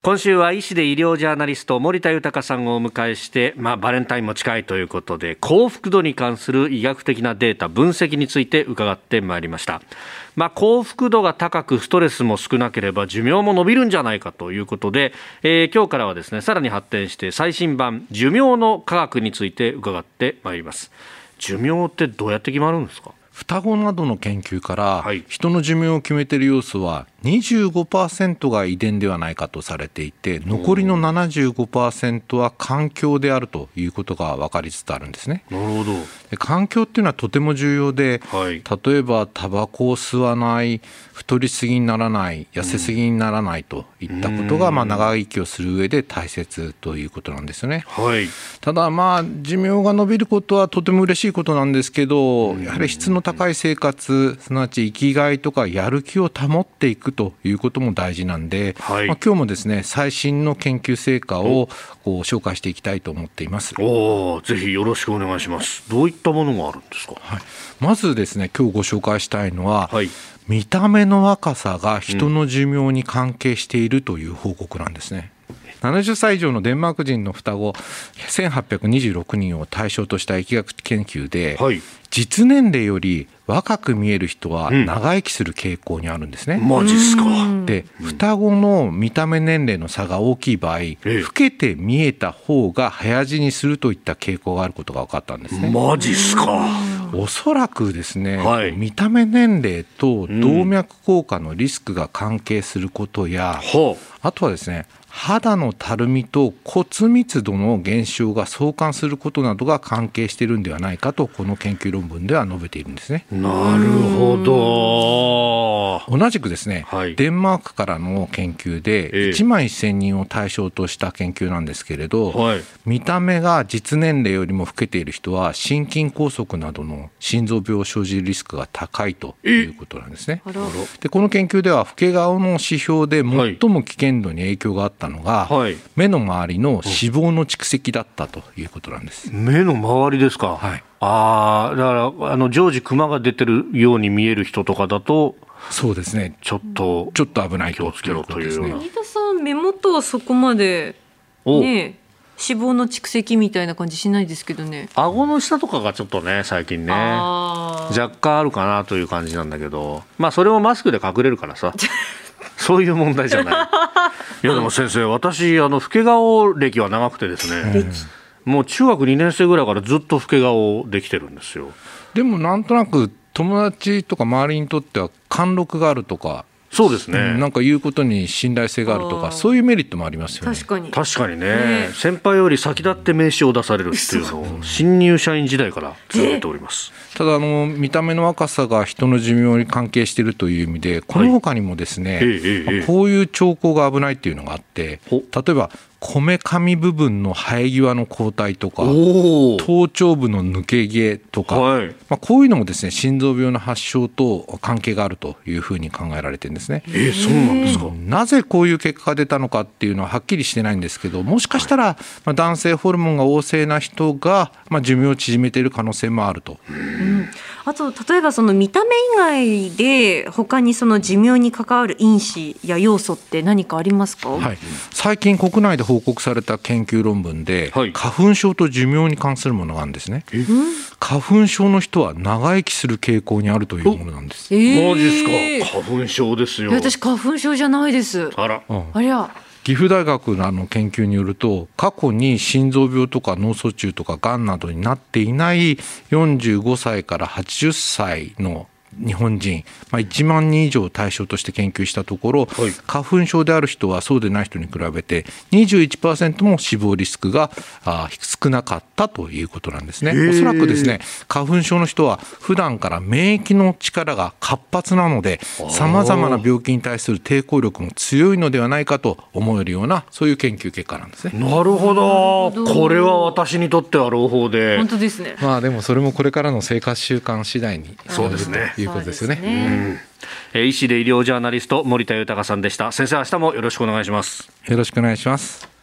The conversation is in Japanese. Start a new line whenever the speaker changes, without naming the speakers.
今週は医師で医療ジャーナリスト森田豊さんをお迎えして、まあ、バレンタインも近いということで幸福度に関する医学的なデータ分析について伺ってまいりました、まあ、幸福度が高くストレスも少なければ寿命も伸びるんじゃないかということで、えー、今日からはですねさらに発展して最新版寿命の科学について伺ってまいります寿命ってどうやって決まるんですか
双子などの研究から、人の寿命を決めている要素は25%が遺伝ではないかとされていて残りの75%は環境であるということが分かりつつあるんですね。
なるほど
環境っていうのはとても重要で、はい、例えばタバコを吸わない太りすぎにならない痩せすぎにならないといったことが、まあ、長生きをする上で大切ということなんですよね。
はい、
ただまあ寿命が伸びることはとても嬉しいことなんですけどやはり質の高い生活すなわち生きがいとかやる気を保っていくということも大事なんで、はいまあ、今日もですね最新の研究成果をこう紹介していきたいと思っています
おぜひよろしくお願いしますどういったものがあるんですか、はい、、
まずですね今日ご紹介したいのは、はい、見た目の若さが人の寿命に関係しているという報告なんですね、うん70歳以上のデンマーク人の双子1826人を対象とした疫学研究で、はい、実年齢より若く見える人は長生きする傾向にあるんですね。うん
マジっすか
で双子の見た目年齢の差が大きい場合、ええ、老けて見えた方が早死にするといった傾向があることが分かったんですね。
マジっすか
おそらくですね、はい、見た目年齢と動脈硬化のリスクが関係することや、うん、あとはですね肌のたるみと骨密度の減少が相関することなどが関係しているんではないかとこの研究論文では述べているんですね。
なるほ
ど同じくですね、はい、デンマークからの研究で1万1000人を対象とした研究なんですけれど、はい、見た目が実年齢よりも老けている人は心筋梗塞などの心臓病を生じるリスクが高いということなんですね。でこの研究では老け顔の指標で最も危険度に影響があったのが、はい、目の周りの脂肪の蓄積だったということなんです。
目の周りですか。
はい、
ああ、だからあの常時クマが出てるように見える人とかだと。
そうですね。
ちょっと
ちょっと危ない
気をつけろという。
飯田さん目元はそこまでね。脂肪の蓄積みたいな感じしないですけどね
顎の下とかがちょっとね最近ね若干あるかなという感じなんだけどまあそれもマスクで隠れるから さそういう問題じゃない。いやでも先生、私あの老け顔歴は長くてですね。もう中学2年生ぐらいからずっと老け顔できてるんですよ。
でもなんとなく友達とか周りにとっては貫禄があるとか。
そうですね、
なんか言うことに信頼性があるとかそういうメリットもありますよね
確かに、
確かにね、ね、先輩より先立って名刺を出されるっていうのを新入社員時代から続いております
ただあの見た目の若さが人の寿命に関係しているという意味でこの他にもですね、はい、こういう兆候が危ないっていうのがあって例えばこめかみ部分の生え際の後退とか頭頂部の抜け毛とか、はい、まあ、こういうのもですね心臓病の発症と関係があるというふうに考えられてるんですね。
えー、そうなんですか
なぜこういう結果が出たのかっていうのははっきりしてないんですけどもしかしたら、まあ、男性ホルモンが旺盛な人が、まあ、寿命を縮めている可能性もあると。うん
あと例えばその見た目以外で他にその寿命に関わる因子や要素って何かありますか、
はい、最近国内で報告された研究論文で、はい、花粉症と寿命に関するものがあるんですね花粉症の人は長生きする傾向にあるというものなんです、
えー、マジですか花粉症ですよ
私花粉症じゃないです
あら、
うん、ありゃ
岐阜大学のあの研究によると過去に心臓病とか脳卒中とかがんなどになっていない45歳から80歳の日本人、まあ、1万人以上を対象として研究したところ、はい、花粉症である人はそうでない人に比べて21%も死亡リスクがあ少なかったということなんですね。おそらくですね花粉症の人は普段から免疫の力が活発なのでさまざまな病気に対する抵抗力も強いのではないかと思えるようなそういう研究結果なんですね。
なるほどこれは私にとっては朗報で
本当ですね、
まあ、でもそれもこれからの生活習慣次第に
そうですね。
いうことですよね。ね
うん、医師で医療ジャーナリスト森田豊さんでした。先生、明日もよろしくお願いします。
よろしくお願いします。